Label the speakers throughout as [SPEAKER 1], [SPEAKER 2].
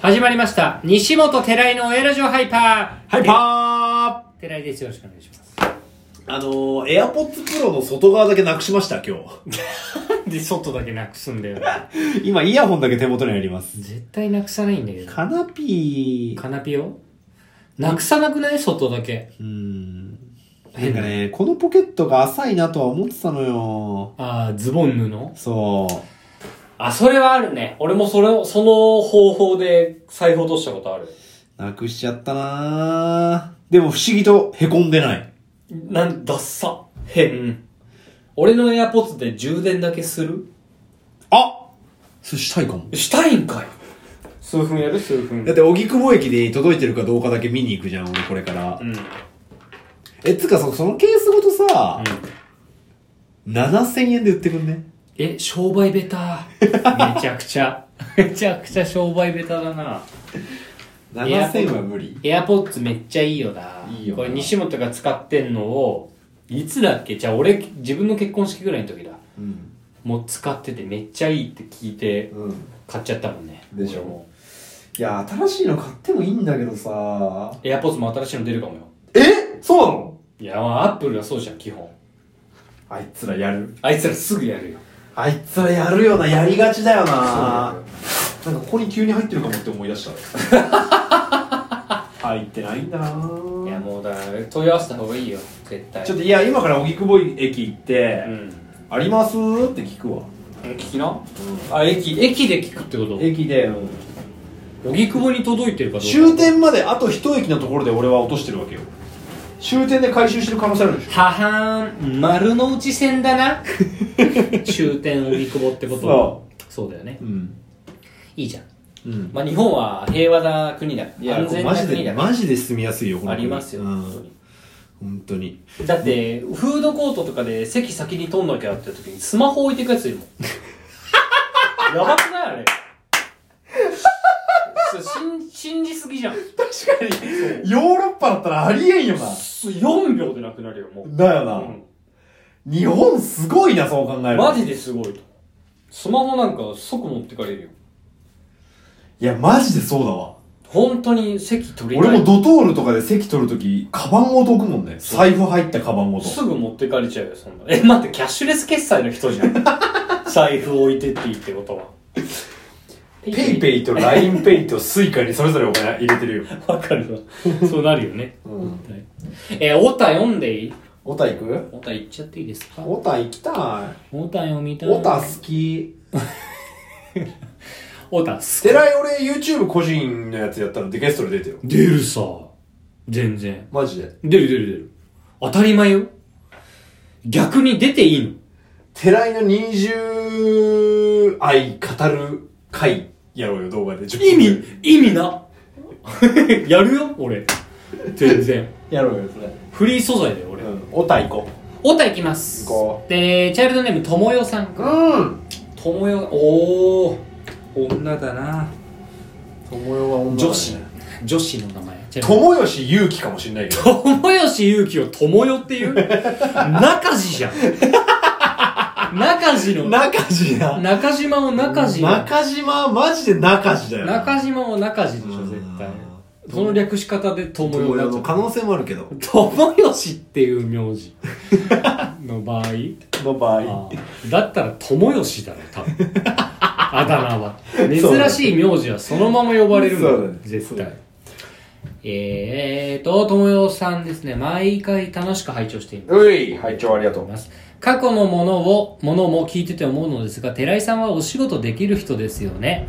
[SPEAKER 1] 始まりました西本寺井の親ラジオハイパー
[SPEAKER 2] ハイパ
[SPEAKER 1] 寺井ですよろしくお願いします
[SPEAKER 2] ーあのー、AirPods Pro の外側だけなくしました、今
[SPEAKER 1] なんで外だけなくすんだよ
[SPEAKER 2] 日。 今、イヤホンだけ手元にあります。
[SPEAKER 1] 絶対なくさないんだけど
[SPEAKER 2] カナピー。
[SPEAKER 1] カナピをなくさなくない外だけ
[SPEAKER 2] うーん。なんかね、このポケットが浅いなとは思ってたのよ。
[SPEAKER 1] ああズボン布
[SPEAKER 2] そ
[SPEAKER 3] あ、それはあるね。俺もそれを、その方法で財布落としたことある。
[SPEAKER 2] う。なくしちゃったなーでも不思議と凹んでない。
[SPEAKER 3] なん、ダッサ。へ、俺のエアポッツで充電だけする
[SPEAKER 2] あそれしたいかも。
[SPEAKER 3] したいんかい。数分やる数分
[SPEAKER 2] だって、荻窪駅で届いてるかどうかだけ見に行くじゃん、俺これから
[SPEAKER 3] う。ん。
[SPEAKER 2] え、つうかそ、そのケースごとさ、7000円で売ってくんね。
[SPEAKER 3] え、商売ベタ。
[SPEAKER 1] めちゃくちゃめちゃくちゃ商売ベタだな
[SPEAKER 2] 7000は無理。
[SPEAKER 1] エアポッツめっちゃいいよない
[SPEAKER 2] いよな
[SPEAKER 1] これ西本が使ってんのをいつだっけじゃあ俺自分の結婚式ぐらいの時だ
[SPEAKER 2] うん。
[SPEAKER 1] もう使っててめっちゃいいって聞いて
[SPEAKER 2] うん。
[SPEAKER 1] 買っちゃったもんね
[SPEAKER 2] でしょ
[SPEAKER 1] 俺も
[SPEAKER 2] いや、新しいの買ってもいいんだけどさ。
[SPEAKER 1] エアポッツも新しいの出るかもよ
[SPEAKER 2] えそうなの
[SPEAKER 1] いや、まあ、アップルはそうじゃん、基本。
[SPEAKER 2] あいつらやる。
[SPEAKER 1] あいつらすぐやるよ。
[SPEAKER 2] あいつらやるよな、やりがちだよな。なんかここに急に入ってるかもって思い出 した。入ってないんだな。
[SPEAKER 1] いや、
[SPEAKER 2] ち
[SPEAKER 1] もうだから、問い合わせた方がいいよ、絶対。
[SPEAKER 2] ょっといや、今から荻窪駅行って、
[SPEAKER 1] うん。
[SPEAKER 2] ありますって聞くわ。
[SPEAKER 1] 聞きなあ、駅、駅で聞くってこと
[SPEAKER 2] 駅で、
[SPEAKER 1] 荻窪に届いてるかどうか。
[SPEAKER 2] 終点まであと一駅のところで俺は落としてるわけよ。終点で回収してる可能性あるでしょ
[SPEAKER 1] ははーん、丸の内線だ な。終点荻窪ってこと
[SPEAKER 2] そ
[SPEAKER 1] そうだよね
[SPEAKER 2] う。。ん。
[SPEAKER 1] いいじゃん。
[SPEAKER 2] うん。
[SPEAKER 3] まあ、日本は平和な国だ。
[SPEAKER 2] いや、
[SPEAKER 3] 安
[SPEAKER 2] これ
[SPEAKER 3] 全
[SPEAKER 2] マ
[SPEAKER 3] な
[SPEAKER 2] ジ
[SPEAKER 3] 国
[SPEAKER 2] で、
[SPEAKER 3] だ。
[SPEAKER 2] マジで住みやすいよ、この
[SPEAKER 3] あ
[SPEAKER 2] 国
[SPEAKER 3] りますよ。
[SPEAKER 2] うん
[SPEAKER 3] 本当に
[SPEAKER 2] 本当に。
[SPEAKER 3] だって、フードコートとかで席先に取んなきゃって時にスマホ置いてくやついるもん。 やばくないあれ。そう信信じすぎじゃん。
[SPEAKER 2] 確かに、ヨーロッパだったらありえんよな。
[SPEAKER 3] 4秒でなくなるよ、もう。
[SPEAKER 2] だよな。
[SPEAKER 3] う
[SPEAKER 2] 日本すごいな、そう考え
[SPEAKER 3] ん、
[SPEAKER 2] ると。
[SPEAKER 3] マジですごいと。スマホなんか即持ってかれるよ。
[SPEAKER 2] いや、マジでそうだわ。
[SPEAKER 3] 本当に席取りたい。
[SPEAKER 2] 俺もドトールとかで席取るとき、カバンごと置くもんね。財布入ったカバンごと。
[SPEAKER 3] すぐ持ってかれちゃうよ、そんな。え、待って、キャッシュレス決済の人じゃん。 財布置いてっていいってことは。
[SPEAKER 2] ペイペイと LINE ペイと Suica にそれぞれお金入れてるよ。
[SPEAKER 3] わかるわ。そうなるよね。
[SPEAKER 2] うん。
[SPEAKER 1] え、オタ読んでいい
[SPEAKER 2] オタ行く
[SPEAKER 1] オタ行っちゃっていいですか
[SPEAKER 2] オタ行きた
[SPEAKER 1] オタ読みた
[SPEAKER 2] い。
[SPEAKER 1] い。
[SPEAKER 2] オタ好き。
[SPEAKER 1] オタ好き。
[SPEAKER 2] てらい俺 YouTube 個人のやつやったらでゲストで出てよ。
[SPEAKER 1] 出るさ。全然。
[SPEAKER 2] マジで。
[SPEAKER 1] 出る出る出る。当たり前よ。逆に出ていいの
[SPEAKER 2] てらいの20愛語る回やろうよ、動画で。10分
[SPEAKER 1] 意味、意味な。 やるよ、俺。全然。
[SPEAKER 2] やろうよ、それ。
[SPEAKER 1] フリー素材だよ、俺。
[SPEAKER 2] うん。オタ行こ
[SPEAKER 1] オタ行きます。
[SPEAKER 2] 行こ
[SPEAKER 1] で、チャイルドネーム、ともよさん
[SPEAKER 2] う。
[SPEAKER 1] か。
[SPEAKER 2] うん。
[SPEAKER 1] ともよ、おー。女だな。
[SPEAKER 2] 友よは女、
[SPEAKER 1] 女子。女子の名前。チャイルド
[SPEAKER 2] 友吉勇気かもしんないけど。
[SPEAKER 1] 友吉祐希をともよっていう中地じゃん。中地の、
[SPEAKER 2] 中地だ。
[SPEAKER 1] 中島を中地の。
[SPEAKER 2] 中島、マジで中地だよ。
[SPEAKER 1] 中島を中地でし
[SPEAKER 2] う
[SPEAKER 1] ょ、
[SPEAKER 2] ん
[SPEAKER 1] 絶対。その略し方で友よになっちゃった。
[SPEAKER 2] 能性もあるけど。
[SPEAKER 1] 友吉っていう名字の場合
[SPEAKER 2] の場
[SPEAKER 1] あ
[SPEAKER 2] 合。
[SPEAKER 1] ーだったら友吉だろ多分 あだ名は珍しい名字はそのまま呼ばれるんだ
[SPEAKER 2] そうだね
[SPEAKER 1] 絶
[SPEAKER 2] そうだ
[SPEAKER 1] 対
[SPEAKER 2] ね
[SPEAKER 1] えーと友よさんですね毎回楽しく拝聴しています
[SPEAKER 2] うい、拝聴ありがとう。
[SPEAKER 1] 過去のものを、ものも聞いてて思うのですが、寺井さんはお仕事できる人ですよね。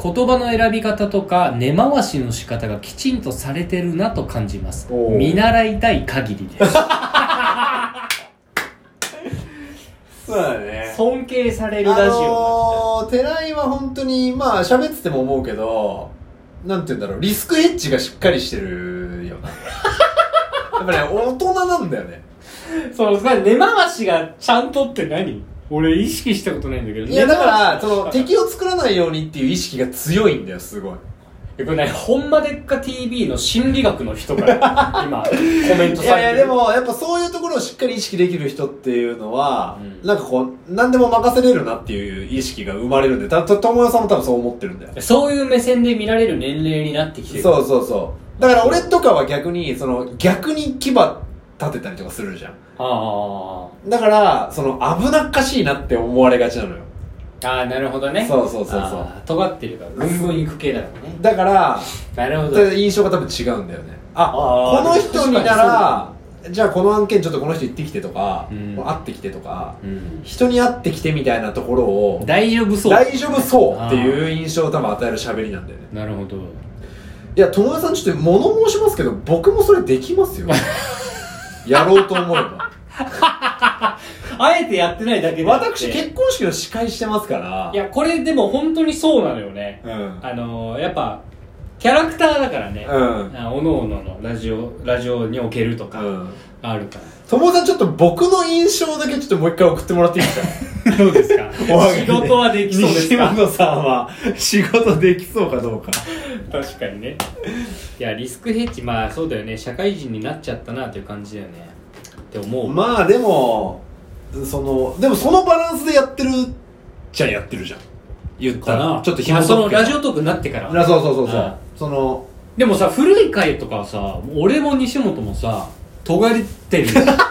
[SPEAKER 1] 言葉の選び方とか、根回しの仕方がきちんとされてるなと感じます。
[SPEAKER 2] おー
[SPEAKER 1] 見習いたい限りです。
[SPEAKER 2] そうだね。
[SPEAKER 1] 尊敬され
[SPEAKER 2] あ
[SPEAKER 1] るラジオ。
[SPEAKER 2] のー、寺井は本当に、まあ、喋ってても思うけど、なんて言うんだろう、リスクヘッジがしっかりしてるよな。 やっぱね、大人なんだよね。
[SPEAKER 1] そう、それ根回しがちゃんとって何俺意識したことないんだけど。
[SPEAKER 2] いや、だか
[SPEAKER 1] 根回し
[SPEAKER 2] ら、その、敵を作らないようにっていう意識が強いんだよ、すごい。
[SPEAKER 3] これね、ほんまでっか TV の心理学の人が今、コメント
[SPEAKER 2] い
[SPEAKER 3] さ
[SPEAKER 2] やい
[SPEAKER 3] れてる。
[SPEAKER 2] やでもやっぱそういうところをしっかり意識できる人っていうのは、
[SPEAKER 3] うん
[SPEAKER 2] なんかこう何でも任せれるなっていう意識が生まれるんでたと友よさんも多分そう思ってるんだよ
[SPEAKER 3] そういう目線で見られる年齢になってきてる。
[SPEAKER 2] そうそうそうだから俺とかは逆にその逆に牙立てたりとかするじゃん
[SPEAKER 3] あ
[SPEAKER 2] だからその危なっかしいなって思われがちなのよ
[SPEAKER 3] あ。ああ、なるほどね。
[SPEAKER 2] そうそうそうそう
[SPEAKER 3] あー尖ってるから、ぐんぐん行く系だからね。
[SPEAKER 2] だから
[SPEAKER 3] なるほど。
[SPEAKER 2] 印象が多分違うんだよねあ
[SPEAKER 3] あー
[SPEAKER 2] この人にな
[SPEAKER 3] 確から
[SPEAKER 2] じゃあこの案件ちょっとこの人行ってきてとか、
[SPEAKER 1] うん
[SPEAKER 2] 会ってきてとか
[SPEAKER 1] うん、
[SPEAKER 2] 人に会ってきてみたいなところを
[SPEAKER 1] 大丈夫そう
[SPEAKER 2] 大丈夫そうっていう印象を多分与える喋りなんだよね
[SPEAKER 1] なるほど
[SPEAKER 2] いや友達さんちょっと物申しますけど僕もそれで きますよやろうと思えば
[SPEAKER 3] あえてやってないだけであって
[SPEAKER 2] 私結婚式の司会してますから
[SPEAKER 3] いや、これでも本当にそうなのよね。
[SPEAKER 2] うん
[SPEAKER 3] あのー、やっぱ、キャラクターだからね。
[SPEAKER 2] うん
[SPEAKER 3] あおのおののラジオ、ラジオにおけるとか、
[SPEAKER 2] うん
[SPEAKER 3] あるから。
[SPEAKER 2] 友達さんちょっと僕の印象だけちょっともう一回送ってもらっていいですか
[SPEAKER 3] どうですか
[SPEAKER 2] おはぎ
[SPEAKER 3] 仕事はできそうです
[SPEAKER 2] 西
[SPEAKER 3] か
[SPEAKER 2] 本さんは仕事できそうかどうか
[SPEAKER 3] 確かにねいやリスクヘッジまあそうだよね社会人になっちゃったなっていう感じだよねって思う、
[SPEAKER 2] まあでもそのでもそのバランスでやってるじゃんやってるじゃん言った
[SPEAKER 3] からな
[SPEAKER 2] ちょっと紐
[SPEAKER 3] あ
[SPEAKER 2] 解
[SPEAKER 3] そ
[SPEAKER 2] く
[SPEAKER 3] の
[SPEAKER 2] けど
[SPEAKER 3] ラジオトークになってから
[SPEAKER 2] あそうそうそうそう、
[SPEAKER 3] うん
[SPEAKER 2] その
[SPEAKER 1] でもさ古い回とかはさ俺も西本もさ尖って る
[SPEAKER 3] 確か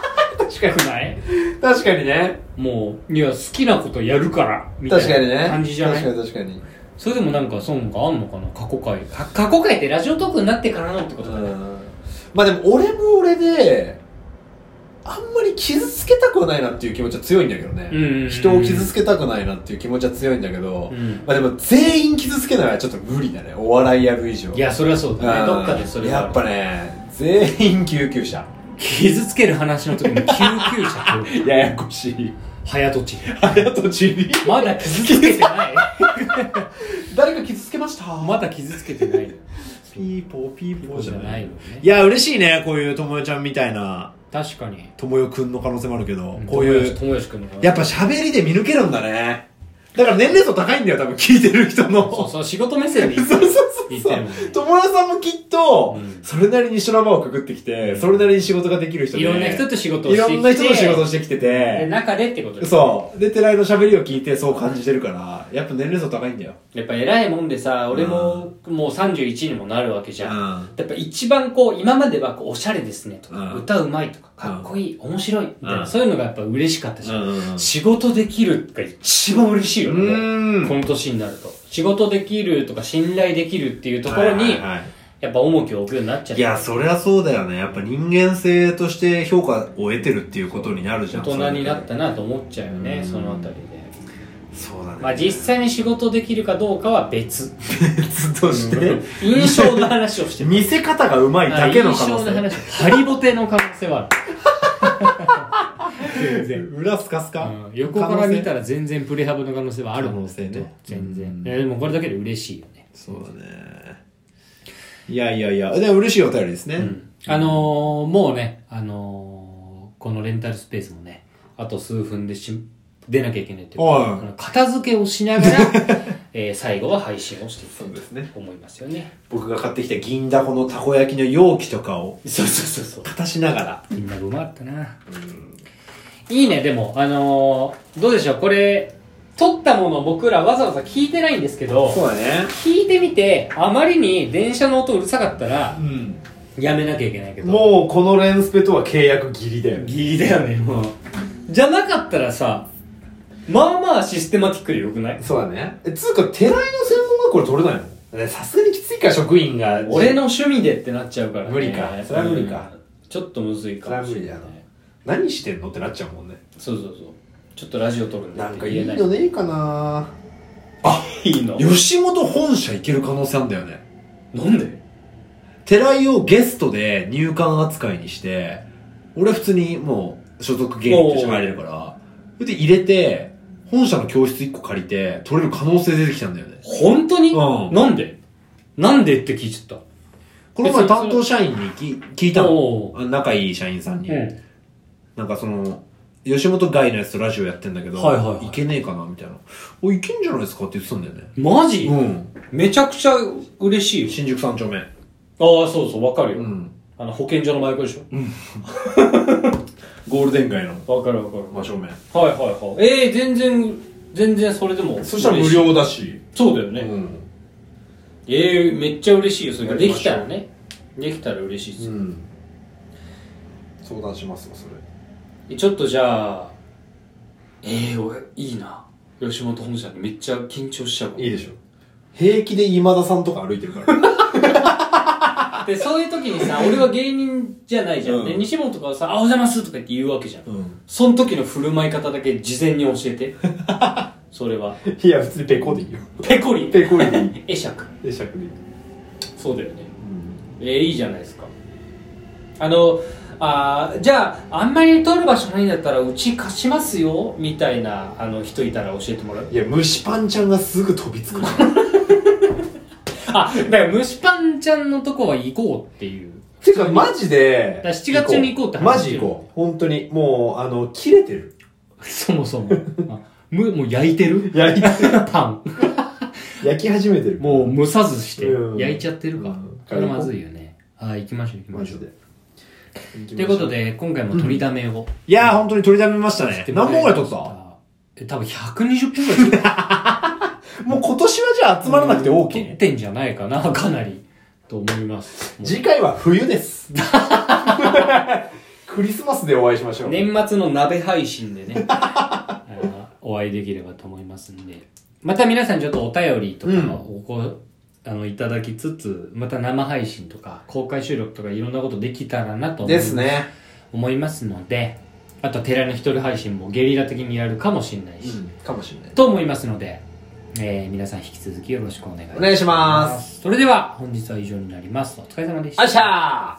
[SPEAKER 3] にない
[SPEAKER 2] 確かにね
[SPEAKER 1] もういや好きなことやるからみた
[SPEAKER 2] 確かに
[SPEAKER 1] い
[SPEAKER 2] ね
[SPEAKER 1] な感じじゃない
[SPEAKER 2] 確かに確かに
[SPEAKER 1] それでもなんか損があんのかな過去回か過去回ってラジオトークになってからのってことだね
[SPEAKER 2] うんまあでも俺も俺であんまり傷つけたくはないなっていう気持ちは強いんだけどね、
[SPEAKER 1] うんうんうん
[SPEAKER 2] 人を傷つけたくないなっていう気持ちは強いんだけど、
[SPEAKER 1] うん
[SPEAKER 2] まあでも全員傷つけないはちょっと無理だねお笑いやる以上
[SPEAKER 1] いやそれはそうだねどっかでそれは
[SPEAKER 2] やっぱね全員救急車
[SPEAKER 1] 傷つける話の時に救急車と
[SPEAKER 2] ややこしい
[SPEAKER 1] 早とちり
[SPEAKER 2] あやとちび
[SPEAKER 1] まだ傷つけて ない
[SPEAKER 2] 誰か傷つけました
[SPEAKER 1] まだ傷つけてない
[SPEAKER 2] ピーポーピーポー
[SPEAKER 1] じゃないよね
[SPEAKER 2] いや嬉しいねこういうともよちゃんみたいな
[SPEAKER 1] 確かに
[SPEAKER 2] ともよくんの可能性もあるけど、こういう
[SPEAKER 1] 友吉君の方が
[SPEAKER 2] やっぱ喋りで見抜けるんだねだから年齢層高いんだよ多分聞いてる人の
[SPEAKER 1] そうそう仕事目線で
[SPEAKER 2] そうそうそう
[SPEAKER 1] 言っ
[SPEAKER 2] そ
[SPEAKER 1] てるもんね
[SPEAKER 2] う友よさんもきっと、
[SPEAKER 1] うん
[SPEAKER 2] それなりに修羅場をくぐってきて、
[SPEAKER 1] うん
[SPEAKER 2] それなりに仕事ができる人で
[SPEAKER 1] いろんな人と仕事を
[SPEAKER 2] い
[SPEAKER 1] してきて
[SPEAKER 2] ろんな人と仕事をしてきて
[SPEAKER 1] で
[SPEAKER 2] て
[SPEAKER 1] 中でってことです
[SPEAKER 2] そうで寺井の喋りを聞いてそう感じてるからやっぱ年齢層高いんだよ
[SPEAKER 3] やっぱ偉いもんでさ俺ももう31にもなるわけじゃん、
[SPEAKER 2] うん
[SPEAKER 3] やっぱ一番こう今まではこうおしゃれですねとか、
[SPEAKER 2] うん
[SPEAKER 3] 歌うまいとかかっこいい、面白いみたいな、
[SPEAKER 2] うん
[SPEAKER 3] そういうのがやっぱ嬉しかったじゃん、
[SPEAKER 2] うん
[SPEAKER 3] 仕事できるが一番嬉しいよね、
[SPEAKER 2] うん
[SPEAKER 3] この年になると仕事できるとか信頼できるっていうところに
[SPEAKER 2] はいはいはい
[SPEAKER 3] やっぱ重きを置くようになっちゃっ
[SPEAKER 2] いや、そりゃそうだよね。やっぱ人間性として評価を得てるっていうことになるじゃ
[SPEAKER 3] 大
[SPEAKER 2] ん。
[SPEAKER 3] 人になったなと思っちゃうよね
[SPEAKER 2] うん
[SPEAKER 3] そのあたりで
[SPEAKER 2] そうだね。
[SPEAKER 3] まあ 実際に仕事できるかどうかは別
[SPEAKER 2] 別として、
[SPEAKER 3] 印象の話をしてる
[SPEAKER 2] 見せ方がうまいだけの可能
[SPEAKER 3] 印象の
[SPEAKER 2] 性。
[SPEAKER 3] 話ハリボテの可能性はある 全然
[SPEAKER 2] 裏すかすか、
[SPEAKER 1] うん横から見た
[SPEAKER 2] ら。
[SPEAKER 1] ら全然プレハブの可能性はある
[SPEAKER 2] 可能性ね
[SPEAKER 1] 全然、
[SPEAKER 2] うん
[SPEAKER 1] いやでもこれだけで嬉しいよね
[SPEAKER 2] そうだね。いやいやいや、でも嬉しいお便りですね。
[SPEAKER 1] あのー、もうね、あのー、このレンタルスペースもね、あと数分でし出なきゃいけないという
[SPEAKER 2] はい
[SPEAKER 1] あの片付けをしながら、 えー最後は配信をしていきた
[SPEAKER 2] そうですね
[SPEAKER 1] いと思いますよね。
[SPEAKER 2] 僕が買ってきた銀だこのたこ焼きの容器とかを、
[SPEAKER 3] そうそうそうそう
[SPEAKER 2] 片しながら。
[SPEAKER 1] みんなうまかったな。いいね、でも、あのー、どうでしょう、これ、撮ったものを僕らわざわざ聞いてないんですけど、
[SPEAKER 2] うだね。
[SPEAKER 1] 聞いてみて、あまりに電車の音うるさかったら
[SPEAKER 2] う、ん。
[SPEAKER 1] やめなきゃいけないけど。
[SPEAKER 2] もうこのレンスペとは契約ギリだよね。
[SPEAKER 1] ギリだよね、もう。じゃなかったらさ、まあまあシステマティックでよくない
[SPEAKER 2] そうだね。え、つうか、寺井の専門学校で取れないのねさすがにきついか、職員が。
[SPEAKER 3] 俺の趣味でってなっちゃうから、ね、
[SPEAKER 2] 無理かそれは無理か
[SPEAKER 3] うんちょっとむずいかもしれない
[SPEAKER 2] それは無理だ何してんのってなっちゃうもんね。
[SPEAKER 3] そうそうそうちょっとラジオ撮るんで
[SPEAKER 2] なんか
[SPEAKER 3] って
[SPEAKER 2] いい
[SPEAKER 3] 言え
[SPEAKER 2] のねえかな
[SPEAKER 3] ないいの
[SPEAKER 2] 吉本本社行ける可能性あんだよね。
[SPEAKER 3] なんで
[SPEAKER 2] 寺井をゲストで入管扱いにして、俺普通にもう所属芸人として入れるから、それで入れて、本社の教室1個借りて、取れる可能性出てきたんだよね。
[SPEAKER 3] 本当に、
[SPEAKER 2] うん
[SPEAKER 3] なんでなんでって聞いちゃっ
[SPEAKER 2] この前担当社員にき聞い
[SPEAKER 1] ギ
[SPEAKER 2] たの。
[SPEAKER 1] おー
[SPEAKER 2] 仲いい社員さんに。
[SPEAKER 1] うん。
[SPEAKER 2] なんかその、吉本外のやつとラジオやってんだけど、
[SPEAKER 3] はいはいはい
[SPEAKER 2] けねえかなみたいな。お、いけんじゃないですかって言ってたんだよね。
[SPEAKER 3] マジ、
[SPEAKER 2] うん。
[SPEAKER 3] めちゃくちゃ嬉しいよ。
[SPEAKER 2] 新宿三丁目。
[SPEAKER 3] ああ、そうそう、わかるよ。
[SPEAKER 2] うん。
[SPEAKER 3] あの、保健所の真横でし
[SPEAKER 2] ゴールデン街の
[SPEAKER 3] ょ。わかるわかる。
[SPEAKER 2] 真正面。
[SPEAKER 3] はいはいはい。ええ全然、全然それでも。
[SPEAKER 2] そしたら無。料だし。
[SPEAKER 3] そうだよね。
[SPEAKER 2] ん。
[SPEAKER 3] ええめっちゃ嬉しいよ。それが
[SPEAKER 2] やり
[SPEAKER 3] で
[SPEAKER 2] ま
[SPEAKER 3] き
[SPEAKER 2] しょう
[SPEAKER 3] たらね。できたら嬉しいです、
[SPEAKER 2] うん。相談しますわ、それ。
[SPEAKER 3] えちょっとじゃあ、ええ俺、いいな。吉本本社にめっちゃ緊張しちゃうかも
[SPEAKER 2] いいでしょ。平気で今田さんとか歩いてるから。
[SPEAKER 3] で、そういう時に さ、俺は芸人じゃないじゃん。
[SPEAKER 2] うん
[SPEAKER 3] で、西本とかはさ、あ、お邪魔するとか言って言うわけじゃん。
[SPEAKER 2] うん。
[SPEAKER 3] その時の振る舞い方だけ事前に教えて。それは。
[SPEAKER 2] いや、普通にペコでいいよ。
[SPEAKER 3] ペコリ。
[SPEAKER 2] ペコでいい。
[SPEAKER 3] 会釈。
[SPEAKER 2] で、しゃくでいい。
[SPEAKER 3] そうだよね。
[SPEAKER 2] うん。
[SPEAKER 3] えー、いいじゃないですか。あの、あーじゃあ、あんまり取る場所ないんだったら、うち貸しますよ、みたいな、あの、人いたら教えてもらう。
[SPEAKER 2] いや、虫パンちゃんがすぐ飛びつくから。
[SPEAKER 1] あ、だから虫パンちゃんのとこは行こうっていう。
[SPEAKER 2] てか、マジで。
[SPEAKER 1] だから7月に行こうって
[SPEAKER 2] マ
[SPEAKER 1] 話して
[SPEAKER 2] ジ
[SPEAKER 1] る
[SPEAKER 2] 行こう。本当に。もう、あの、切れてる。
[SPEAKER 1] そもそも。あむ、もう焼いて る
[SPEAKER 2] 焼
[SPEAKER 1] パン。
[SPEAKER 2] 焼き始めてる。
[SPEAKER 1] もう蒸さずして
[SPEAKER 2] うん
[SPEAKER 1] 焼いちゃってる
[SPEAKER 2] う
[SPEAKER 1] か
[SPEAKER 2] ん。
[SPEAKER 1] これまずいよね。はい、行きましょう行き
[SPEAKER 2] マ
[SPEAKER 1] ましょ
[SPEAKER 2] ジ
[SPEAKER 1] う。
[SPEAKER 2] で。
[SPEAKER 1] ということ。で、今回も取りだめを。
[SPEAKER 2] いやー、本当に取りためましたね。何本ぐらい取った
[SPEAKER 1] え、多分120分ぐらい撮った。
[SPEAKER 2] もう今年はじゃあ集まらなくて
[SPEAKER 1] 撮っ
[SPEAKER 2] OK。
[SPEAKER 1] てんじゃないかな、かなり。と思います。もう
[SPEAKER 2] 次回は冬 です。クリスマスでお会いしましょう。
[SPEAKER 1] 年末の鍋配信でね あのお会いできればと思いますんでまた皆さんちょっとお便りとか
[SPEAKER 2] うん
[SPEAKER 1] をこうあのいただきつつまた生配信とか公開収録とかいろんなことできたらなと思い
[SPEAKER 2] ですね。
[SPEAKER 1] 思いますのであと寺の一人配信もゲリラ的にやるかもしれないし、
[SPEAKER 2] かもしれない。
[SPEAKER 1] と思いますので、えー皆さん引き続きよろしくお願いします
[SPEAKER 2] お願いします
[SPEAKER 1] それでは本日は以上になりますお疲れ様でした
[SPEAKER 2] あっしゃー